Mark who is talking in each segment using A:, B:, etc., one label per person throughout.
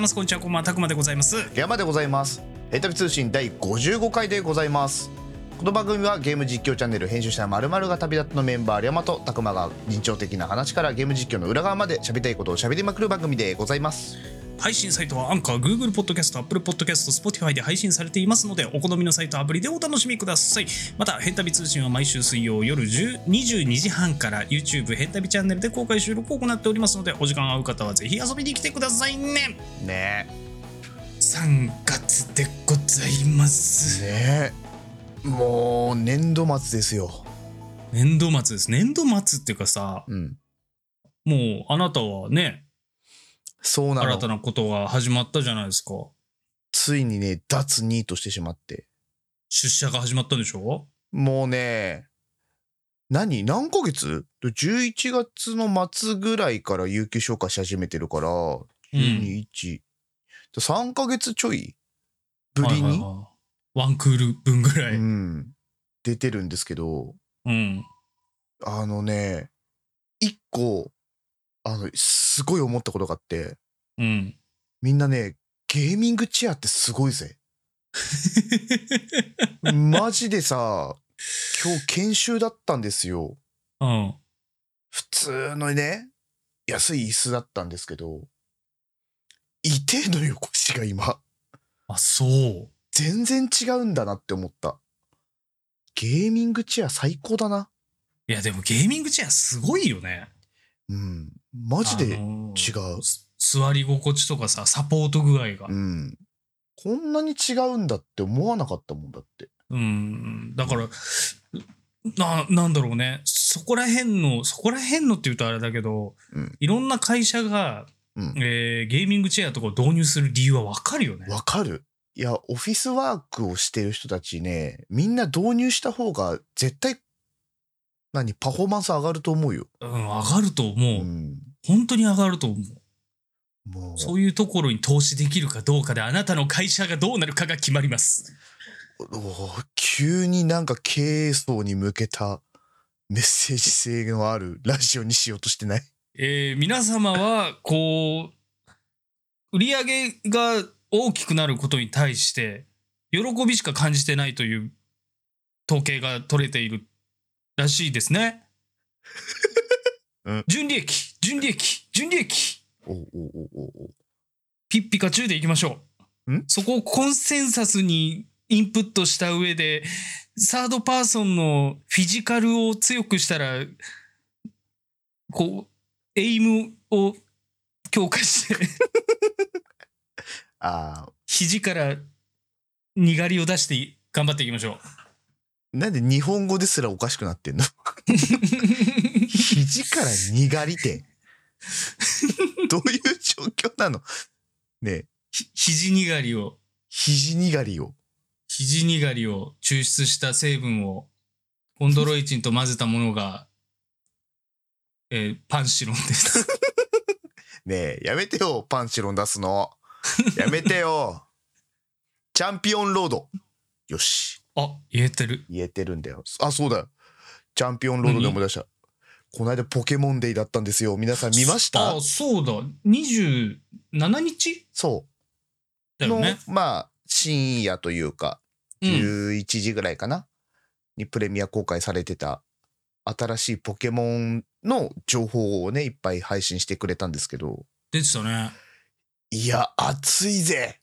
A: ますこんにちはこんばんはたくまでございます
B: 山でございますヘイタビ通信第55回でございますこの番組はゲーム実況チャンネル編集者まるまるが旅立つのメンバー山とたくまが人情的な話からゲーム実況の裏側まで喋りたいことを喋りまくる番組でございます
A: 配信サイトはアンカー Google ポッドキャスト Apple ポッドキャスト Spotify で配信されていますのでお好みのサイトアプリでお楽しみくださいまた「ヘンタビ通信」は毎週水曜夜10 22時半から YouTube ヘンタビチャンネルで公開収録を行っておりますのでお時間合う方はぜひ遊びに来てくださいね
B: ね
A: 3月でございま
B: え
A: す
B: ねえもう年度末ですよ
A: 年度末です年度末っていうかさ
B: うん
A: もうあなたはね
B: そうな
A: 新
B: の
A: たなことが始まったじゃないですか
B: ついにね脱ニートしてしまって
A: 出社が始まったんでしょ
B: もうね何何ヶ月 ?11 月の末ぐらいから有給消化し始めてるから
A: うん
B: 123、3ヶ月ちょいぶりに、
A: はいはいはいワンクール分ぐらい、
B: うん、出てるんですけど
A: うん
B: あのね一個あのすごい思ったことがあって
A: うん。
B: みんなねゲーミングチェアってすご いぜマジでさ今日研修だったんですよ
A: うん。
B: 普通のね安い椅子だったんですけど痛えのよ腰が今
A: あ、そう。
B: 全然違うんだなって思ったゲーミングチェア最高だない
A: や、でもゲーミングチェアすごいよね。
B: うんマジで
A: あ
B: 違
A: のー
B: う
A: す座り心地とかさ、サポート具合が
B: う。んこんなに違うんだって思わなかったもんだって
A: うん。だから、な、なんだろうね。そこら辺の、そこら辺のって言うとあれだけど、
B: うん
A: いろんな会社が、
B: うん
A: えーゲーミングチェアとかを導入する理由はわかるよね。
B: わかるいやオフィスワークをしてる人たちねみんな導入した方が絶対何パフォーマンス上がると思うよ、
A: うん、上がると思う。
B: うん、
A: 本当に上がると思う。
B: もう
A: そういうところに投資できるかどうかで、あなたの会社がどうなるかが決まります。
B: おー急になんか経営層に向けたメッセージ性のあるラジオにしようとしてない
A: えー皆様はこう売り上げが大きくなることに対して喜びしか感じてないという統計が取れているらしいですね。
B: うん
A: 純利益純利益純利益
B: おおおおお
A: ピッピカチュウでいきましょうんそこをコンセンサスにインプットした上でサードパーソンのフィジカルを強くしたらこうエイムを強化して
B: あ
A: 肘からにがりを出して頑張っていきましょ
B: ーなんで日本語ですらおかしくなってんの肘からにがりてどういう状況なのねえ
A: うひ肘にがりを
B: 肘にがりを
A: 肘にがりを抽出した成分をコンドロイチンと混ぜたものが、えーパンシロンです
B: ねえやめてよパンチロン出すのやめてよチャンピオンロードよし
A: あ言えてる
B: 言えてるんだよあそうだよチャンピオンロードで思い出したこの間ポケモンデイだったんですよ皆さん見ました
A: あそうだ27日
B: そ
A: だ
B: う
A: よ
B: の
A: ね、
B: まあ深夜というか
A: うん、
B: 11時ぐらいかな、にプレミア公開されてた新しいポケモンの情報をねいっぱい配信してくれたんですけど
A: 出てたね
B: いや熱いぜ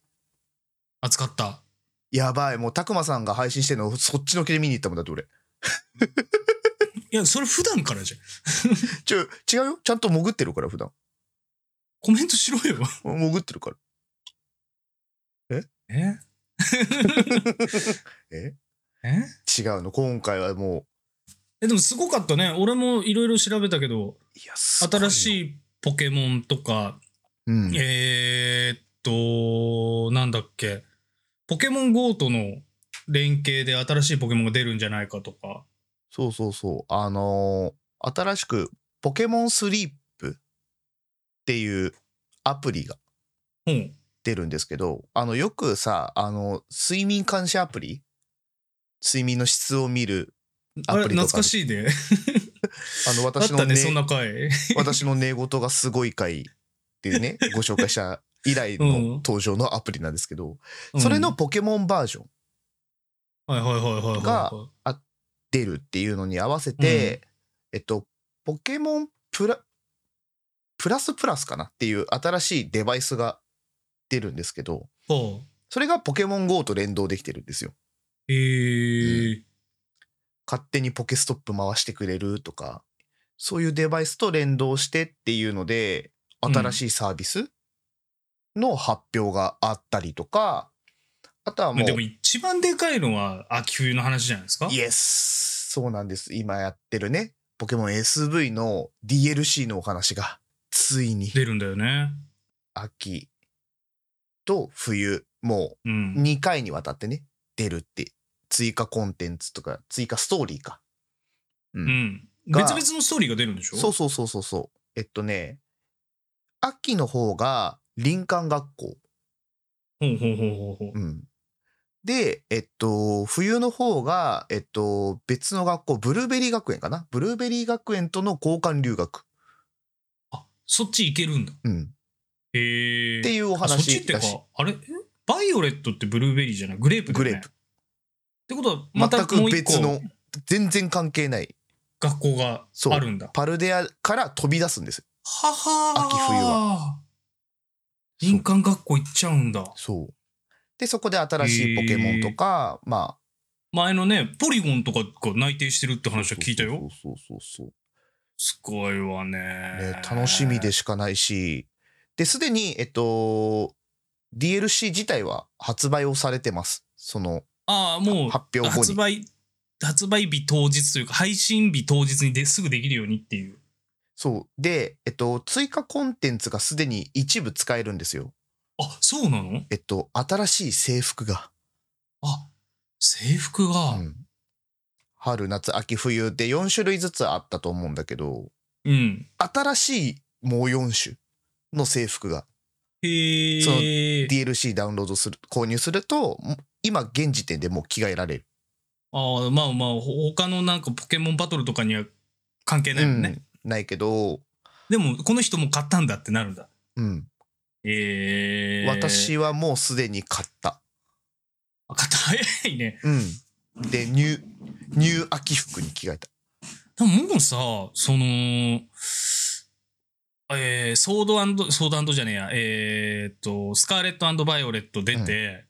A: 暑かった
B: やばいもうたくまさんが配信してるのそっちのけで見に行ったもんだって俺
A: いやそれ普段からじゃん
B: ちょ違うよちゃんと潜ってるから普段
A: コメントしろ よ
B: 潜ってるから
A: え
B: え
A: え
B: 違うの今回はも
A: えでもすごかったね俺もいろいろ調べたけど
B: ういやすごいよ
A: 新しいポケモンとか、
B: うん、
A: えー、っとなんだっけポケモン GO との連携で新しいポケモンが出るんじゃないかとか
B: そうそうそうあのー新しくポケモンスリープっていうアプリが
A: うん
B: 出るんですけどあのよくさあの睡眠監視アプリ睡眠の質を見る
A: あれ
B: アプリとか
A: 懐かしいで、
B: あ の
A: あっ
B: 私の
A: たね
B: ね
A: そんな回
B: 私の寝言がすごい回っていうねご紹介した以来
A: うん
B: の登場のアプリなんですけど、
A: うん
B: それのポケモンバージョン
A: はいはいはいはいはいはい
B: が出るっていうのに合わせて、えっと、ポケモンプラ、プラスプラスかなっていう新しいデバイスが出るんですけど、
A: ほ
B: それがポケモン GO と連動できてるんですよ。
A: うへえ
B: 勝手にポケストップ回してくれるとか、そういうデバイスと連動してっていうので、
A: うん
B: 新しいサービスの発表があったりとか、あとはもう
A: で、も一番でかいのは秋冬の話じゃないですか
B: イエスそうなんです。今やってるね、ポケモン SV の DLC のお話が、ついに
A: 出るんだよね
B: 秋と冬、も
A: う
B: うん2回にわたってね、出るって、追加コンテンツとか、追加ストーリーか。う
A: うん
B: が
A: 別々のストーリーが出るんでしょ
B: そうそうそうそうそう。えっとね、秋の方が林間学校。
A: ほうほうほうほうほう
B: うん。で、えっと、冬の方が、えっと、別の学校、ブルーベリー学園かなブルーベリー学園との交換留学。
A: あそっち行けるんだ
B: うん。
A: へえ
B: っていうお
A: あそっちっ
B: 話
A: てか
B: らしい。
A: あれえバイオレットってブルーベリーじゃないグレープだよね
B: グレープ
A: ってことはまた
B: 全
A: もう
B: く
A: 一個
B: 別の、全然関係ない。
A: 学校が
B: そう
A: あるんだ
B: パルデアから飛び出すんですよ。
A: ははー
B: 秋冬
A: は林間学校行っちゃうんだ
B: そう。で、そこで新しいポケモンとか、まあ、
A: 前のねポリゴンとかが内定してるって話は聞いたよ。
B: そうそうそうそう。
A: すごいわね
B: ね、楽しみでしかないし、で、すでに、えっと、DLC 自体は発売をされてます。その、
A: ああもう
B: 発表後
A: 発
B: に。
A: 売発売日当日というか配信日当日にですぐできるようにっていう
B: そう。で、えっと、追加コンテンツがすでに一部使えるんですよ。
A: あそうなの
B: えっと、新しい制服が。
A: あ制服が
B: うん春、夏、秋、冬で4種類ずつあったと思うんだけど、
A: うん、
B: 新しいもう4種の制服が
A: へ
B: その
A: え
B: DLC ダウンロードする、購入すると、もう今現時点でもう着替えられる。
A: ああまあまあほ他のなんかポケモンバトルとかには関係ないもんね、
B: うんないけど、
A: でもこの人も買ったんだってなるんだ
B: うん、
A: ええ
B: 私はもうすでに買った。
A: あ買った早いね
B: うん、で、ニュー、ニュー秋服に着替えた。
A: でももうさそのえー、ソードアンドソードアンドじゃねえやえーっとスカーレットアンドバイオレット出て、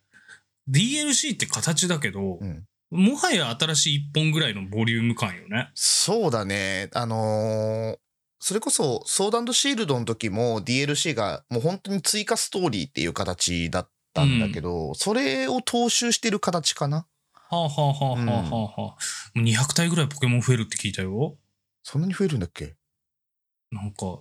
A: DLC って形だけど、
B: うん
A: もはや新しい1本ぐらいのボリューム感よね
B: そうだね、あのーそれこそ、ソーダンドシールドの時も DLC がもう本当に追加ストーリーっていう形だったんだけど、それを踏襲してる形かな。
A: はあはあはあはあはあはあ、もう200体ぐらいポケモン増えるって聞いたよ
B: そんなに増えるんだっけ
A: なんか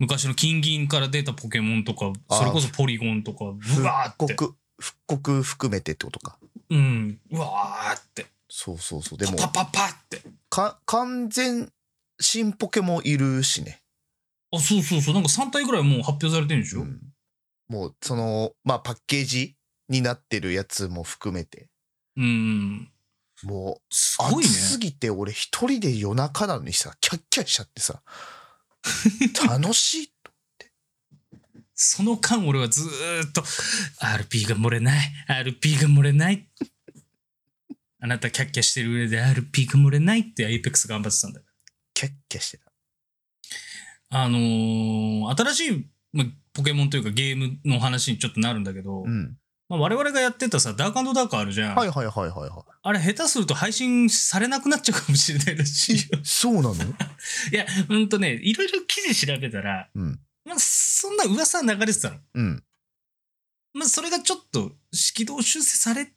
A: 昔の金銀から出たポケモンとか
B: あー
A: それこそポリゴンとかうわーっ
B: 復
A: て
B: 刻、復刻含めてってことか。
A: うんうわーって
B: そうそうそう。で
A: パ
B: も、
A: パパパって
B: か完全新ポケモンいるしね。
A: あそうそうそうなんか3体ぐらいもう発表されてるんでしょ、
B: うんもうそのまあパッケージになってるやつも含めて
A: うん。
B: もう
A: すごいね。
B: 暑すぎて俺一人で夜中なのにさキャッキャしちゃってさ楽しい
A: その間俺はずーっと RP が漏れない RP が漏れないあなたキャッキャしてる上で RP が漏れないって APEX 頑張ってたんだよ。
B: キャッキャしてた
A: あのー新しい、まあ、ポケモンというかゲームの話にちょっとなるんだけど、
B: うん
A: まあ、我々がやってたさダークダークあるじゃん、
B: はいはいはいはいは
A: あれ下手すると配信されなくなっちゃうかもしれないらしいよ
B: いそうな
A: い
B: の
A: やうんとねいろいろ記事調べたら、
B: うん
A: まあ、そんな噂は流れてたの
B: うん
A: まあ、それがちょっと軌道修正され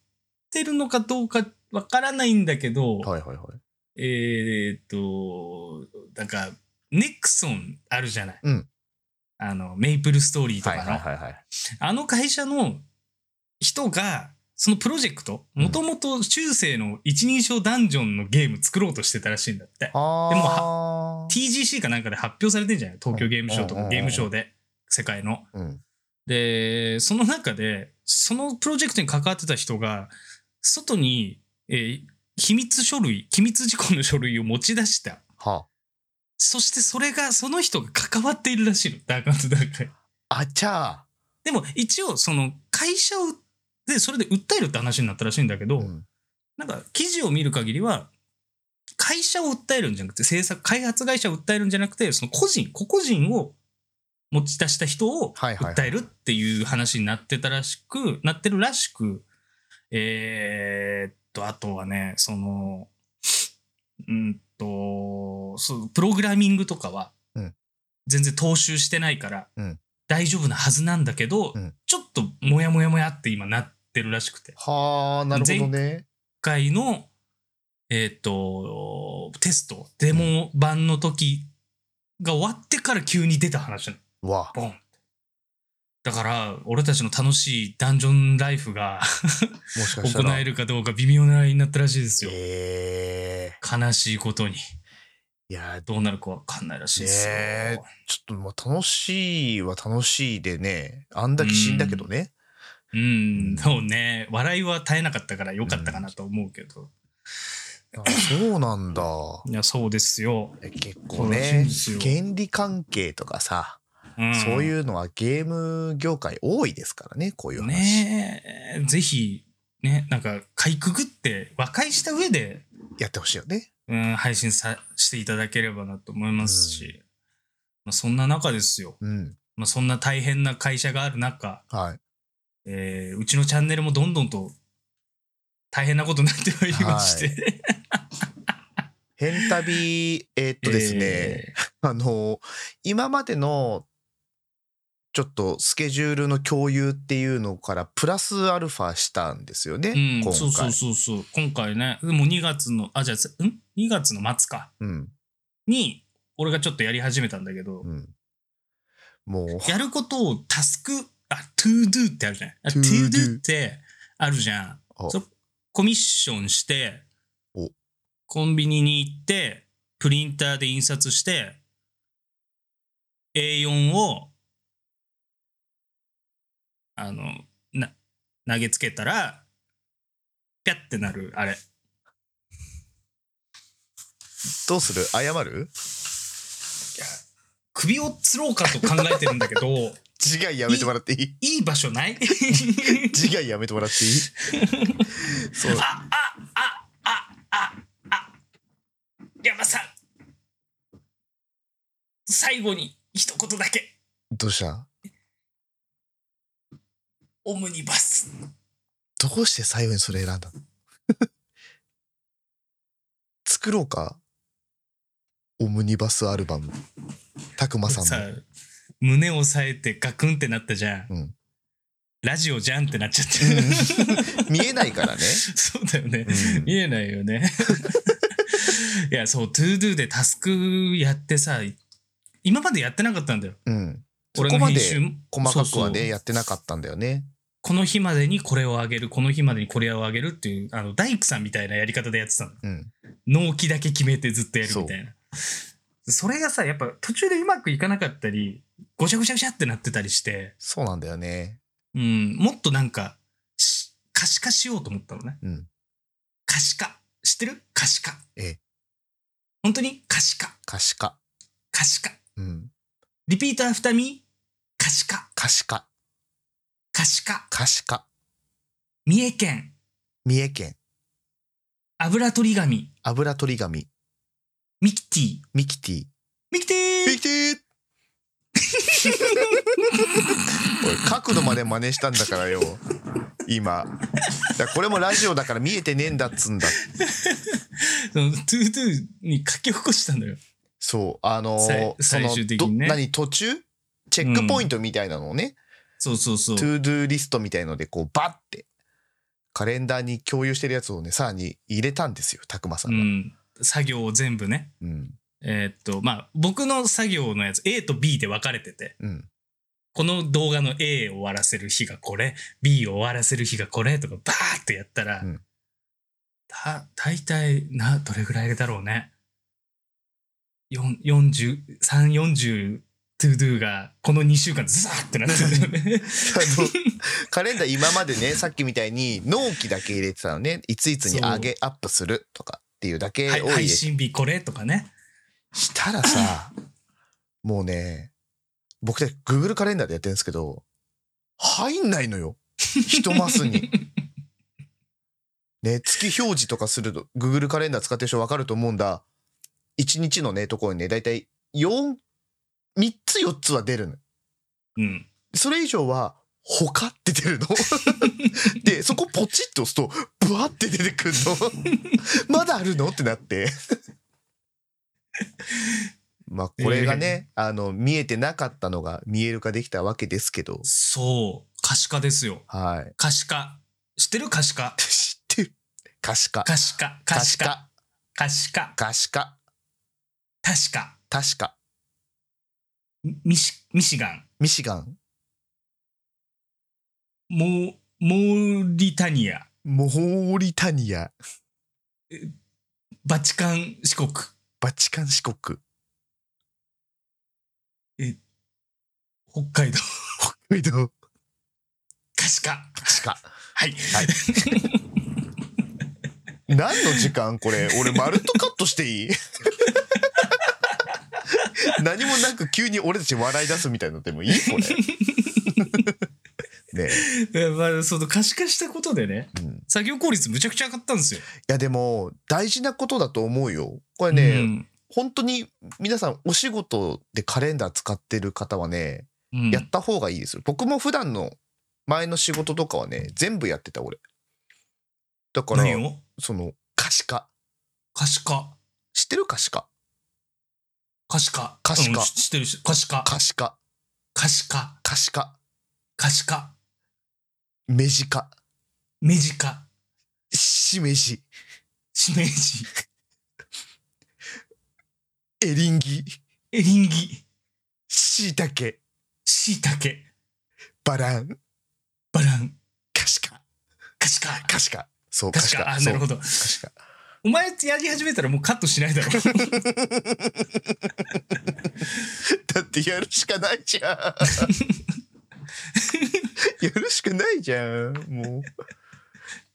A: てるのかどうかわからないんだけど、
B: はいはいはい
A: えーっと、なんか、ネクソンあるじゃない。
B: うん
A: あの、メイプルストーリーとかの。
B: はいはい
A: あの会社の人が、そのプロジェクト、
B: うん
A: もともと中世の一人称ダンジョンのゲーム作ろうとしてたらしいんだって。でも
B: あ
A: TGC かなんかで発表されてんじゃない東京ゲームショーとかゲームショーで、世界の。
B: ーうん
A: で、その中で、そのプロジェクトに関わってた人が、外に、えー秘密書類、機密事項の書類を持ち出した。
B: は
A: そしてそれが、その人が関わっているらしいの。ダークダーク。
B: ああちゃ
A: でも一応その会社をでそれで訴えるって話になったらしいんだけど、
B: うん
A: なんか記事を見る限りは会社を訴えるんじゃなくて制作開発会社を訴えるんじゃなくてその個人個々人を持ち出した人を
B: はいはいはい
A: 訴えるっていう話になってたらしく、なってるらしくえーっとあとはねそのうんとそうプログラミングとかは
B: うん
A: 全然踏襲してないから、
B: うん
A: 大丈夫なはずなんだけど、
B: うん
A: ちょっとモヤモヤモヤって今なってるらしくて。
B: はあなるほどね
A: 今回の、えー、とテストデモ版の時が終わってから急に出た話なの
B: わ
A: ボンってだから俺たちの楽しいダンジョンライフが
B: もしかしたら
A: 行えるかどうか微妙なラインになったらしいですよ
B: え
A: 悲しいことに
B: ー、いやー
A: どうなるかわかんないらしいですよ、
B: ねえちょっともう楽しいは楽しいでねあんだけ死んだけどね
A: うんそうね笑いは絶えなかったから良かったかなと思うけど、
B: あそうなんだ
A: いやそうですよ、
B: え結構
A: そうらしいん
B: ね
A: ですよ
B: 権利関係とかさ、
A: うん
B: そういうのはゲーム業界多いですからねこういう話、
A: ねえぜひねなんかかいくぐって和解した上で、
B: やってほしいよね
A: うん、配信さしていただければなと思いますし、まあ、そんな中ですよ、
B: うん
A: まあ、そんな大変な会社がある中、
B: はい
A: えーうちのチャンネルもどんどんと大変なことになってまいりまして、
B: 変旅えーっとですね、あの今までのちょっとスケジュールの共有っていうのからプラスアルファしたんですよね、
A: えーうん
B: 今回
A: そうそうそうそう今回ねもう2月のあじゃあせん2月の末か
B: うん
A: に俺がちょっとやり始めたんだけど、
B: うん、もう
A: やることをタスク、あ、トゥードゥってあるじゃない。あトゥ
B: to do
A: ードゥってあるじゃん。
B: あ
A: そコミッションして
B: お、
A: コンビニに行って、プリンターで印刷して、A4 を、あの、な、投げつけたら、ぴゃってなる、あれ。
B: どうする謝る
A: 首を吊ろうかと考えてるんだけ ど、
B: 自害やめてもらっていい
A: いい場所ない
B: 自害やめてもらっていいそう
A: あ、あ、あ、あ、あ、あ。山さん。最後に一言だけ。
B: どうした
A: オムニバス。
B: どうして最後にそれ選んだの 作ろうかオムニバスアルバムたくまさん
A: さ
B: の
A: あ、胸を押さえてガクンってなったじゃん。
B: うん
A: ラジオじゃんってなっちゃって。
B: 見えないから ね、
A: そうだよね。
B: うん
A: 見えないよ ね。いや、そう、トゥードゥでタスクやってさ、今までやってなかったんだよ。
B: うん、そ
A: 俺
B: こ
A: の
B: ま
A: 編
B: で
A: 集も
B: 細かくはね
A: そうそう
B: やってなかったんだよね
A: この日までにこれをあげる、この日までにこれをあげるっていう、あの、大工さんみたいなやり方でやってたの。
B: うん
A: 納期だけ決めてずっとやるみたいな。それがさ、やっぱ途中でうまくいかなかったり、ごちゃごちゃごちゃってなってたりして、
B: そうなんだよね
A: うん、もっとなんか、し可視化しようと思ったのね。
B: うん
A: 可視化。知ってる可視化。
B: ええ
A: 本当に可視化。
B: 可視化
A: 可視化。
B: うん
A: リピーター二見、可視化。
B: 可視化
A: 可視化。
B: 可視化
A: 三重県、
B: 三重県
A: 油取り紙、
B: 油取り紙
A: ミキティ。
B: ミキティ
A: ミキティ
B: ミキティおい角度まで真似したんだからよ今だからこれもラジオだから見えてねえんだっつんだ
A: そのトゥートゥーに書き起こしたのよ。
B: そうあの
A: さ
B: ー
A: い、最終的
B: その
A: にね
B: ど何途中チェックポイントみたいなのをね、
A: そうそうそう。
B: トゥードゥーリストみたいのでこうバッてカレンダーに共有してるやつをねさらに入れたんですよたくまさ
A: うん
B: が、
A: ん、作業を全部ね。
B: うん
A: えーっと、まあ、僕の作業のやつ、A と B で分かれてて、
B: うん、
A: この動画の A を終わらせる日がこれ、B を終わらせる日がこれとか、バーってやったら、
B: うん
A: た、大体、な、どれぐらいだろうね。4 40、3、40、トゥードゥが、この2週間ずさーってなってるんだよ ね。
B: あの カレンダー今までねさっきみたいに納期だけ入れてたのねいついつに上げアップするとかっていうだけを
A: はい
B: 入れ
A: 配
B: て
A: 信日これとかね。
B: したらさもうね僕たち Google カレンダーでやってるんですけど入んないのよ。一マスに。ね、月表示とかすると、Google カレンダー使ってる人分かると思うんだ。1日のね、ところにね、だいたい4、3つ4つは出るの。
A: うん。
B: それ以上は、他って出るの。 で、そこポチッと押すと、ブワって出てくるの。ま だあるのってなって。 まあ、これがね、あの、見えてなかったのが見える化できたわけですけど、
A: そう。可視化ですよ。
B: はい。
A: 可視化。知ってる可視化。
B: 知ってる。可視化。
A: 可視化。可視化。。可視化。
B: 可視化。
A: 確か。
B: 確か。
A: ミシ、ミシガン。
B: ミシガン。
A: モ、モリタニア。
B: モーリタニア。
A: バチカン四国。
B: バチカン四国。
A: 北海道。
B: 北海道。
A: 可視化。
B: 可視化。
A: はい。
B: はい。 何の時間これ。俺、まるっとカットしていい 何もなく急に俺たち笑い出すみたいになってもいいこ れ。ね
A: えまあ、その可視化したことでね、
B: え。うん
A: 作業効率むちゃくちゃ上がったんですよ。
B: いや、でも、大事なことだと思うよ。これね、
A: うん
B: 本当に皆さんお仕事でカレンダー使ってる方はね、
A: うん
B: やった方がいいですよ僕も普段の前の仕事とかはね全部やってた俺だから
A: 何を
B: その可視化
A: 可視化。
B: 知ってる可視化
A: 可視化。
B: 可視化
A: うん知知ってるし、可視化。
B: 可視化
A: 可視化。
B: 可視化
A: 可視化。
B: 目近
A: 目近。
B: しめじ
A: しめじ。
B: エリンギ
A: エリンギ。
B: しいたけ
A: しいたけ。
B: バラン
A: バラン。
B: 可視化
A: 可視化。
B: 可視化そう
A: 可
B: 可
A: 視
B: 視
A: 化。
B: 化
A: あ、
B: そ
A: な
B: う
A: るほど。
B: 可視化
A: お前やり始めたらもうカットしないだ ろ。
B: だってやるしかないじゃ んやるしかないじゃんも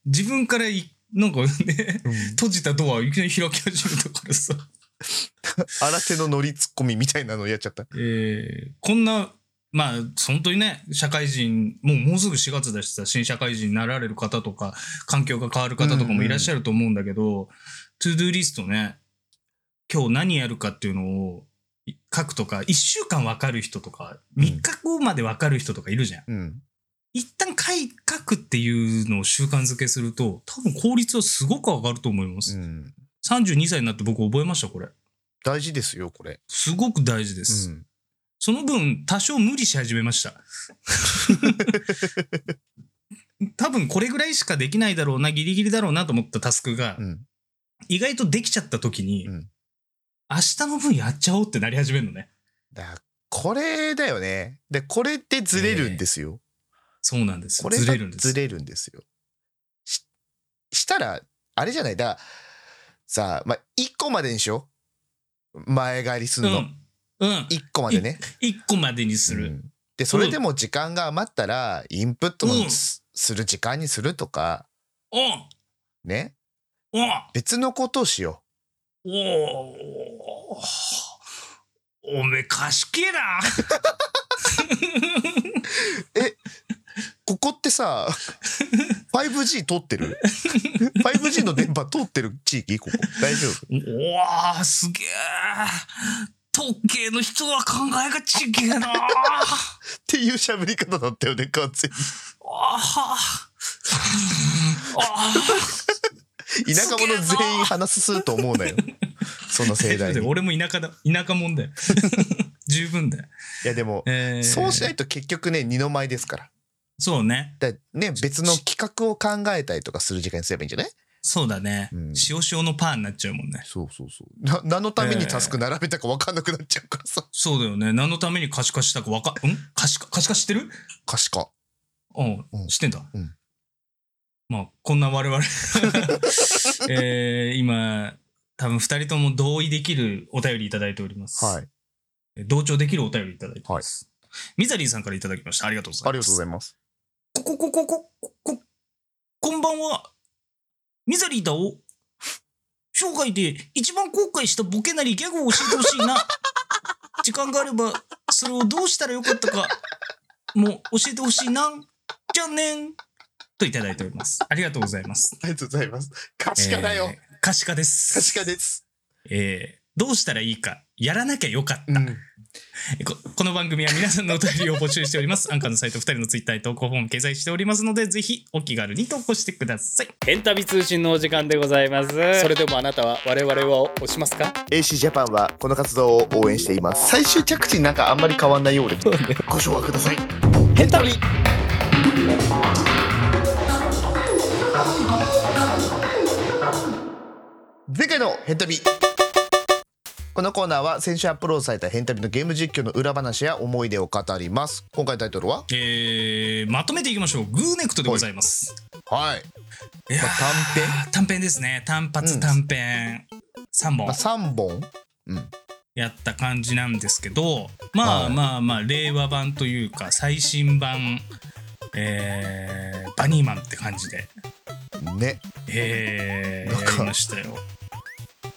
A: 自分からい、なんかね、
B: う、うん
A: 閉じたドアをいきなり開き始めたからさ。
B: 新手の乗りツッコミみたいなのやっちゃった。
A: えーこんな、まあ、本当にね、社会人、もうもうすぐ4月だしさ、新社会人になられる方とか、環境が変わる方とかもいらっしゃると思うんだけど、トゥードゥーリストね、今日何やるかっていうのをい書くとか、1週間分かる人とか、
B: うん
A: 3日後まで分かる人とかいるじゃん。
B: うん。
A: 一旦書い書くっていうのを習慣づけすると、多分効率はすごく上がると思います。
B: うん、
A: 32歳になって僕覚えました、これ。
B: 大事ですよ、これ。
A: すごく大事です。
B: うん
A: その分、多少無理し始めました。 多分これぐらいしかできないだろうな、ギリギリだろうなと思ったタスクが、
B: うん。
A: 意外とできちゃった時に、
B: うん
A: 明日の分やっちゃおうってなり始めるのね。
B: だこれだよね。で、これってずれるんですよ。
A: そうなんです。
B: これ
A: ず
B: が
A: れるんです。
B: ずれるんですよ。ししたら、あれじゃない。だからさあ、まあ、1個までにしよう。前借りすん
A: う
B: の。
A: ん。うん。
B: 1個までね。
A: 1個までにす
B: う
A: る。
B: んで、それでも時間が余ったら、インプットのすする時間にするとか、
A: おん、
B: ね。
A: おん、
B: 別のことをしよ
A: おおおめえ賢えな。
B: う。ここっ てさ、5G 通ってる 5G の電波通ってる地域ここ大丈 夫
A: うわあ、すげえ。時計の人は考えがちげえな。あ
B: っていう喋り方だったよね完全
A: あ。あ
B: に田舎者全員話すすと思うなよその盛
A: あ。
B: 大 にい
A: 俺も田舎だ。田舎もんだよ。 十分だよ。
B: やでも、
A: えー
B: そうしないと結局ね二の舞ですから
A: そうね。
B: だね別の企画を考えたりとかする時間にすればいいんじゃない
A: そうだね。
B: うん
A: 塩塩のパンになっちゃうもんね。
B: そうそうそうな何のためにタスク並べたか分かんなくなっちゃうからさ
A: そうだよね。何のために可視化したかわか、ん可視化、可視化してる
B: 可視化
A: うん、
B: うん
A: 知ってんだ。
B: うん
A: まあ、こんな我々、 えー、今、多分二人とも同意できるお便りいただいております。
B: はい
A: い。同調できるお便りいただいております。ミザリーさんからいただきました。ありがとうございます。
B: ありがとうございます
A: ここここここここんばんはミザリーだお生涯で一番後悔したボケなりギャ グを教えてほしいな時間があればそれをどうしたらよかったかもう教えてほしいなじゃあねんといただいております。ありがとうございます。
B: ありがとうございます。可視化だよ
A: えー。可視化です。
B: 可視化です。
A: えーどうしたらいいか、やらなきゃよかった。
B: うん。
A: ここの番組は皆さんのお便りを募集しております。アンカーのサイト、2人のツイッターに投稿フォーム掲載しておりますので、ぜひお気軽に投稿してください。
C: エンタビ通信のお時間でございます。それでもあなたは我々を押しますか
B: AC ジャパンはこの活動を応援しています。最終着地なんかあんまり変わんないようで。ご紹介ください。
C: ヘンタビ
B: 前回のヘンタビこのコーナーは先週アップロードされたヘンタビのゲーム実況の裏話や思い出を語ります。今回のタイトルは
A: えーまとめていきましょう。グーネクトでございます。
B: はい。
A: いや
B: まあ、
A: ー
B: 短編
A: 短編ですね。単
B: う
A: 発
B: ん
A: 短編。3
B: まあ、
A: 本
B: 3本
A: やった感じなんですけど、まあ
B: はい
A: まあまあ、令和版というか、最新版、えーバニーマンって感じで、
B: ね。
A: えー
B: なんか
A: やりましたよ。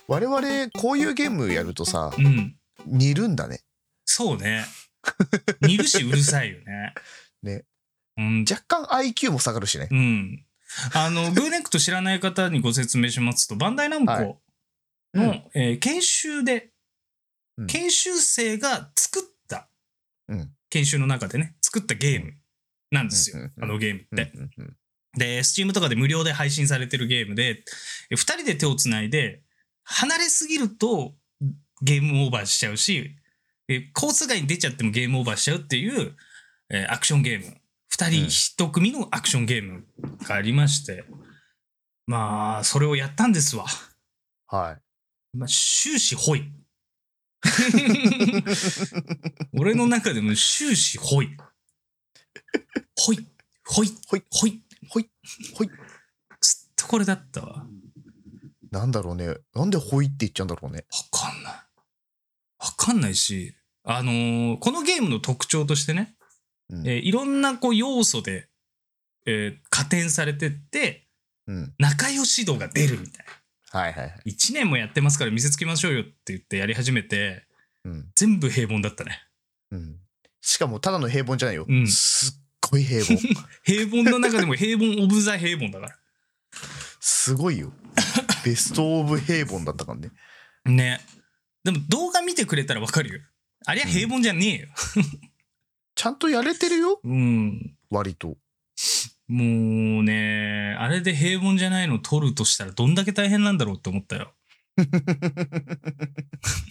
B: 我々こういうゲームやるとさ
A: うん。
B: 似るんだね
A: そうね。 煮るしうるさいよね。
B: ね。
A: うん。
B: 若干 IQ も下がるしね
A: うん。あ の、グーネクト知らない方にご説明しますと、バンダイナム
B: は
A: コ
B: い
A: の、
B: うん
A: えー研修で
B: うん、
A: 研修生が作った、
B: うん
A: 研修の中でね、作ったゲームなんですよ、
B: うんうんうん
A: あのゲームって。
B: うんうんうん
A: で、Steam とかで無料で配信されてるゲームで、2人で手をつないで、離れすぎるとゲームオーバーしちゃうし、えコース外に出ちゃってもゲームオーバーしちゃうっていう、えーアクションゲーム。2人1組のアクションゲームがありまして、まあ、それをやったんですわ。
B: はい
A: まあ、終始ほい。俺の中でも終始ほい。ほい、ほい、
B: ほい
A: ほい、
B: ほいほい。
A: ずっとこれだったわ。
B: なんだろうねなんでほいって言っちゃうんだろうね
A: わかんない。わかんないし、あのーこのゲームの特徴としてね、
B: うん
A: えーいろんなこう要素で、えー加点されてって、
B: うん
A: 仲良し度が出るみたいな。
B: はいはいはい
A: 1年もやってますから見せつけましょうよって言ってやり始めて、
B: うん
A: 全部平凡だったね。
B: うんしかもただの平凡じゃないよ、
A: うん
B: すっごい平凡
A: 平凡の中でも平凡オブザ平凡だか
B: すごいよベストオブ平凡だったからね
A: ら。ね。でも動画見てくれたらわかるよ。ありゃ平凡じゃねえよ。
B: ちゃんとやれてるよ
A: うん。
B: 割と
A: もうね、あれで平凡じゃないの取るとしたらどんだけ大変なんだろうって思ったよ。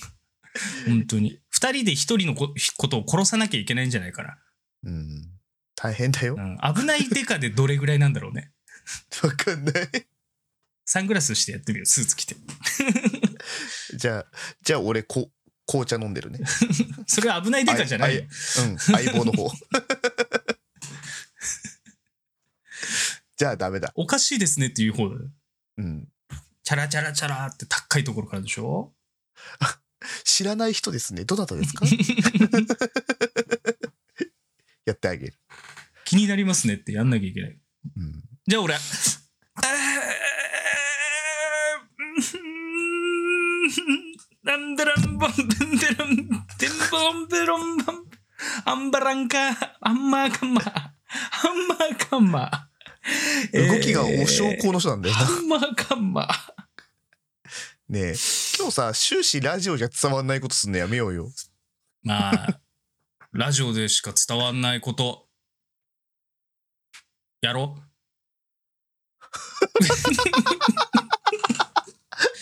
A: 本当に。二人で一人のこことを殺さなきゃいけないんじゃないかな。
B: うん大変だよ
A: う
B: わ
A: ん、危ないデカでどれぐらいなんだろうね。
B: かんない
A: サングラスしてやってみよう、スーツ着て。
B: じゃあじゃあ俺こ紅茶飲んでる ね
A: それは危ないデカじゃないよ。
B: うん、相棒の方。 じゃあダメだ。
A: おかしいですねっていう方だよ。
B: うん。
A: チャラチャラチャラって高いところからでしょ
B: 知らない人ですね。どなたです かやってあげる。
A: 気になりますねってやんなきゃいけない。
B: うん。
A: じゃあ俺。ランデランボンデンデランデンボンベロンボンアンバランカアンマーカンマアンマーカンマ
B: 動きがお焼香の人なんだよな。
A: アンマーカンマ
B: ねえ。今日さ、終始ラジオじゃ伝わんないことすんのやめようよ。
A: まあラジオでしか伝わんないことやろ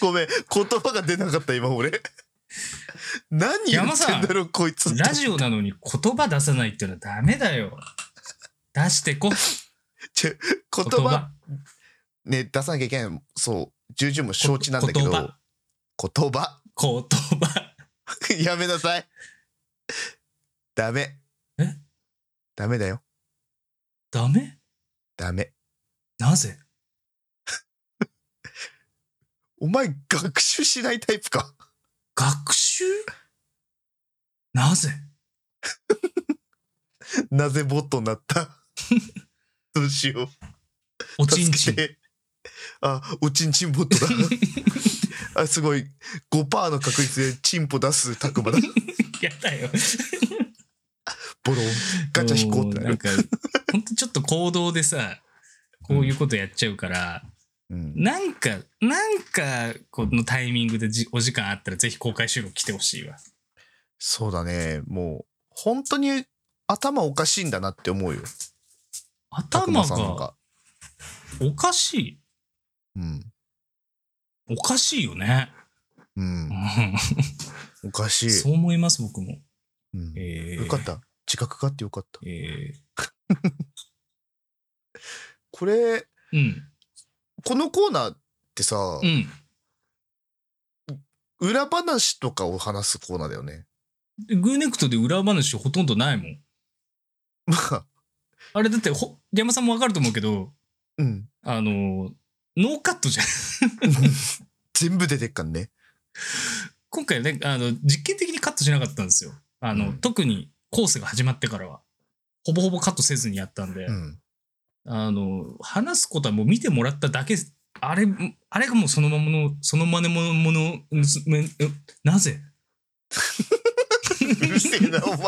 B: ごめん、言葉が出なかった 今俺。何言ってんだろうこいつ。
A: ラジオなのに言葉出さないってのはダメだよ出してこ
B: ちょ言葉ね出さなきゃいけない。そう。重々も承知なんだけ
A: 言
B: ど。
A: 葉
B: 言葉。
A: 言葉
B: やめなさい。ダメ。
A: え
B: ダメだよ。
A: ダメ
B: ダメ。
A: なぜ
B: お前、学習しないタイプか。
A: 学習なぜ
B: なぜボットになった どうしよ
A: お
B: う。
A: ちんち
B: 助
A: ん
B: けて。あ、おちんちんボットだ。 あ、すごい。5%の確率でチンポ出すたくまだ。
A: やだよ
B: ボロンガチャ引こうってな
A: なん
B: る。
A: か、ほんとちょっと行動でさ、こういうことやっちゃうから、
B: うん、
A: なんか、なんか、このタイミングでじお時間あったら、ぜひ公開収録来てほしいわ。
B: そうだね。もう、本当に頭おかしいんだなって思うよ。拓
A: 頭
B: 磨さんな
A: が
B: んか。
A: おかし
B: うん。
A: い。おかしいよね。
B: う。
A: うんん
B: おかしい。
A: そう思います、僕も。
B: うん
A: えー
B: よかった。自覚があってよかった。
A: え
B: これ、
A: ーうん。
B: このコーナーってさ
A: う、ん。
B: 裏話とかを話すコーナーだよね。
A: でグーネクトで裏話ほとんどないもん。
B: まあ、
A: あれだって、ほ、山さんもわかると思うけど、
B: うん。
A: あの、ノーカットじゃん。
B: 全部出てっかんね。
A: 今回ね、あの、実験的にカットしなかったんですよ。あの、
B: うん
A: 特にコースが始まってからは、ほぼほぼカットせずにやったんで、
B: うん。
A: あの、話すことはもう見てもらっただけ、あれ、あれがもうそのままの、そのまねもの、もの、むすめえなぜ
B: うるせえな、お前。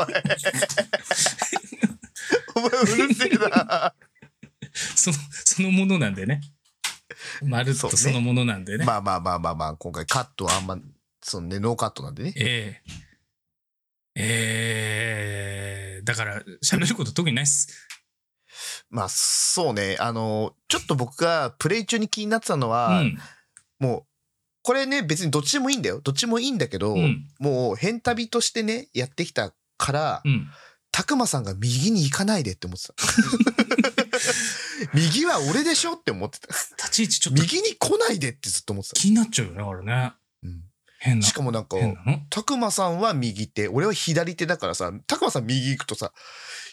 B: お前、うるせえな。
A: その、そのものなんでね。まるっ
B: そう
A: と
B: ね
A: そのものなん でね。
B: まあまあまあまあまあ、今回カットはあんま、そのね、ノーカットなんでね。
A: ええええだから、喋ること特にないっす。
B: まあ、そうね。あの、ちょっと僕がプレイ中に気になってたの
A: う
B: は、
A: ん。
B: もう、これね、別にどっちでもいいんだよ。どっちもいいんだけど、
A: うん。
B: もう、変旅としてね、やってきたから
A: う、ん。
B: たくまさんが右に行かないでって思って た。右は俺でしょって思ってた。
A: 立ち位置ちょっと
B: 右に来ないでってずっと思ってた。
A: 気になっちゃうよね、あれね。
B: うん
A: 変な。
B: しかもなんか、
A: 変なの
B: たくまさんは右手、俺は左手だからさ、たくまさん右行くとさ、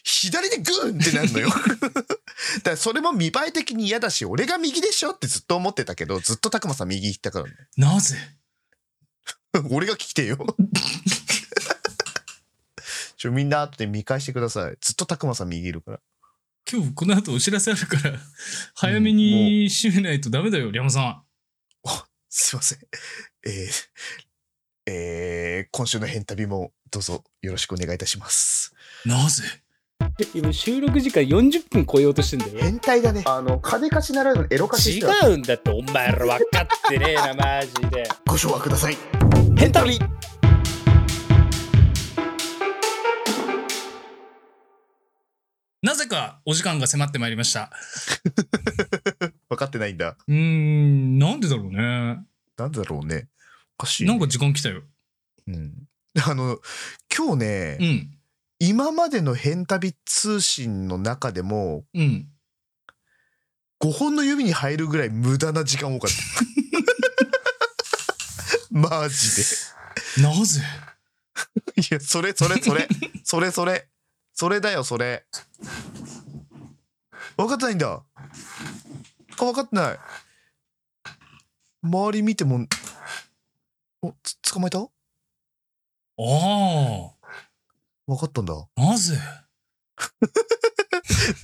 B: 左でグーンってな るのよ。だからそれも見栄え的に嫌だし、俺が右でしょってずっと思ってたけど、ずっとたくまさん右行ったから、ね、
A: なぜ
B: 俺が聞きてえよ。 ちょみんな後で見返してください。ずっとたくまさん右いるから。
A: 今日この後お知らせあるから、早めに締めないとダメだよ、リャマさん。
B: すいません。えーえー今週の変旅もどうぞよろしくお願いいたします。
A: なぜ
C: で今収録時間40分超えようとしてんだよ
B: 変態だね。あの、金貸しならぬエロ貸し。
C: 違うんだってお前ら分かってねえなマジで
B: ご唱和ください。
C: ヘンタリ
A: なぜかお時間が迫ってまいりました。
B: 分かってないんだ。
A: うーん、なんでだろうね。
B: なんだろうね。おかしいね、
A: なんか時間来たよ。
B: うん。あの、今日ね、
A: うん、
B: 今までの変旅通信の中でも、
A: うん。
B: 5本の指に入るぐらい無駄な時間多かった。 マジで。
A: なぜ
B: いや、それそれそれ、それそれ、それだよ、それ。分かってないんだ。あ分かってない。周り見ても、お、つ捕まえた
A: あ
B: 分かったんだ。
A: あ、なぜ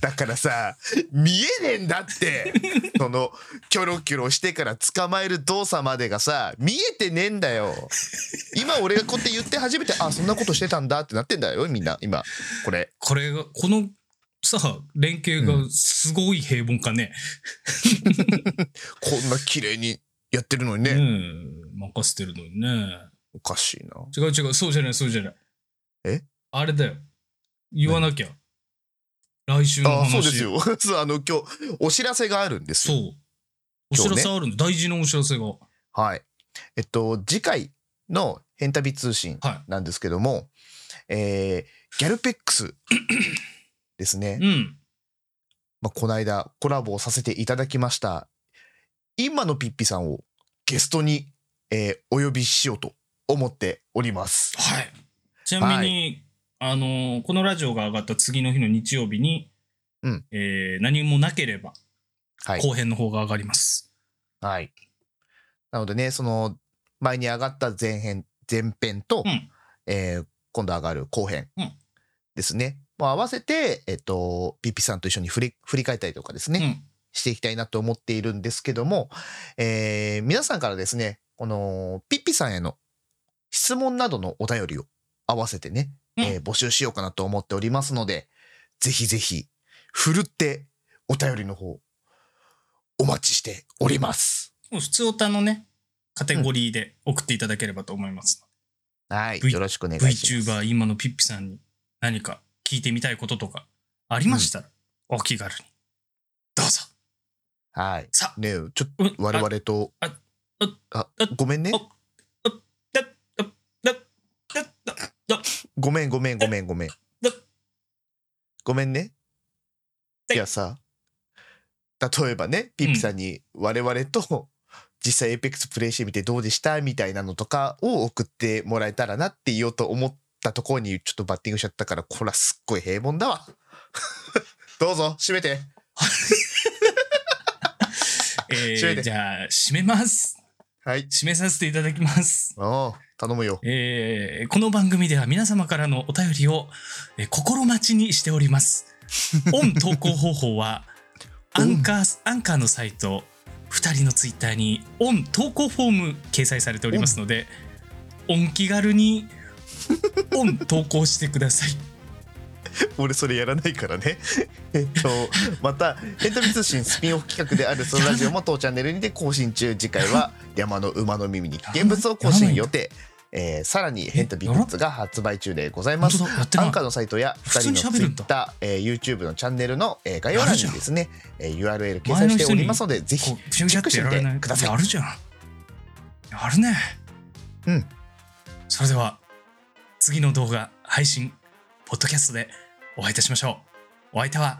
B: だからさ、見えねえんだって。その、キョロキョロしてから捕まえる動作までがさ、見えてねえんだよ。今俺がこうやって言って初めて、あ、そんなことしてたんだってなってんだよ、みんな、今。これ。
A: これが、このさ、連携がすごい平凡かね。
B: こんな綺麗にやってるのに
A: ね
B: ね。
A: え任せてるのにね。
B: おかしいな。
A: 違う違う、そうじゃない、そうじゃない。
B: え
A: あれだよ。言わなきゃ。来週の
B: あ
A: 話。
B: そうです。よ そうあの今日お知らせがあるんです
A: そ
B: よ
A: う。お知らせあるの、大事なお知らせが。
B: はいえっと次回の「変旅通信
A: は」
B: なんですけども、えーギャルペックスですね、
A: い。うん。
B: まあ、この間コラボをさせていただきました今のピッピさんをゲストに、えーお呼びしようと思っております
A: はい。ちなみに、あのーこのラジオが上がった次の日の日曜日に、
B: うん
A: えー何もなければ、
B: はい、
A: 後編の方が上がります。
B: はい、なのでねその前に上がった前編前編と、
A: うん
B: えー今度上がる後編
A: うん
B: ですね、もう合わせて、えっとピッピさんと一緒に振り振り返ったりとかですね、
A: うん
B: していきたいなと思っているんですけども、えー皆さんからですねこのピッピさんへの質問などのお便りを合わせてねえー募集しようかなと思っておりますので、ぜひぜひ、ふるってお便りの方、お待ちしております。
A: もう普通オタのね、カテゴリーで送っていただければと思います。
B: はい、
A: V-
B: よろしくお願いします。
A: VTuber 今のピッピさんに何か聞いてみたいこととかありましたら、お気軽に。どうぞ。
B: はい。
A: さ
B: ねえちょっ
A: うん
B: と我々と
A: ああ、
B: あ
A: あ、
B: ごめんね。
A: あだだだだだだ
B: ごめんごめんごめんごめん。ごめんね。
A: はい
B: いやさ、例えばね、ピッピさんに我々と実際エイペックスプレイしてみてどうでしたみたいなのとかを送ってもらえたらなって言おうと思ったところにちょっとバッティングしちゃったから、こらすっごい平凡だわ。 どうぞ、閉めて。
A: え
B: 締め
A: ー、
B: て
A: じゃあ締めます。
B: はい。
A: 締めさせていただきます。
B: おう頼むよ。
A: えーこの番組では皆様からのお便りを、えー心待ちにしております。 オン投稿方法はアンカーアンカーのサイト2人のツイッターにオン投稿フォーム掲載されておりますのでオン気軽にオン投稿してください。
B: 俺それやらないからね えっとまた「ヘントミ通信スピンオフ企画であるそのラジオも当チャンネルにて更新中次回 は山の馬の耳に危険物を更新予定えーさらに「ヘントビグッズ」が発売中でござい
A: 本
B: ます
A: 当だやって
B: ア
A: な
B: ン
A: い
B: カーのサイトや
A: 普通
B: 2人
A: に
B: の
A: 喋るんだ
B: Twitter、えー YouTube のチャンネルの、えー概要欄にですね、えー URL 掲載しておりますのでぜひ
A: こうピシャピシャってやられない
B: チェックしてみてください
A: やるじゃん。やるね。
B: うん。
A: それでは次の動画配信ポッドキャストでお会いいたしましょう。お相手は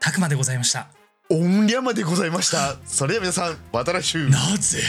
A: たくまでございました。
B: オンリャマでございましたそれでは皆さんまた来週
A: なぜ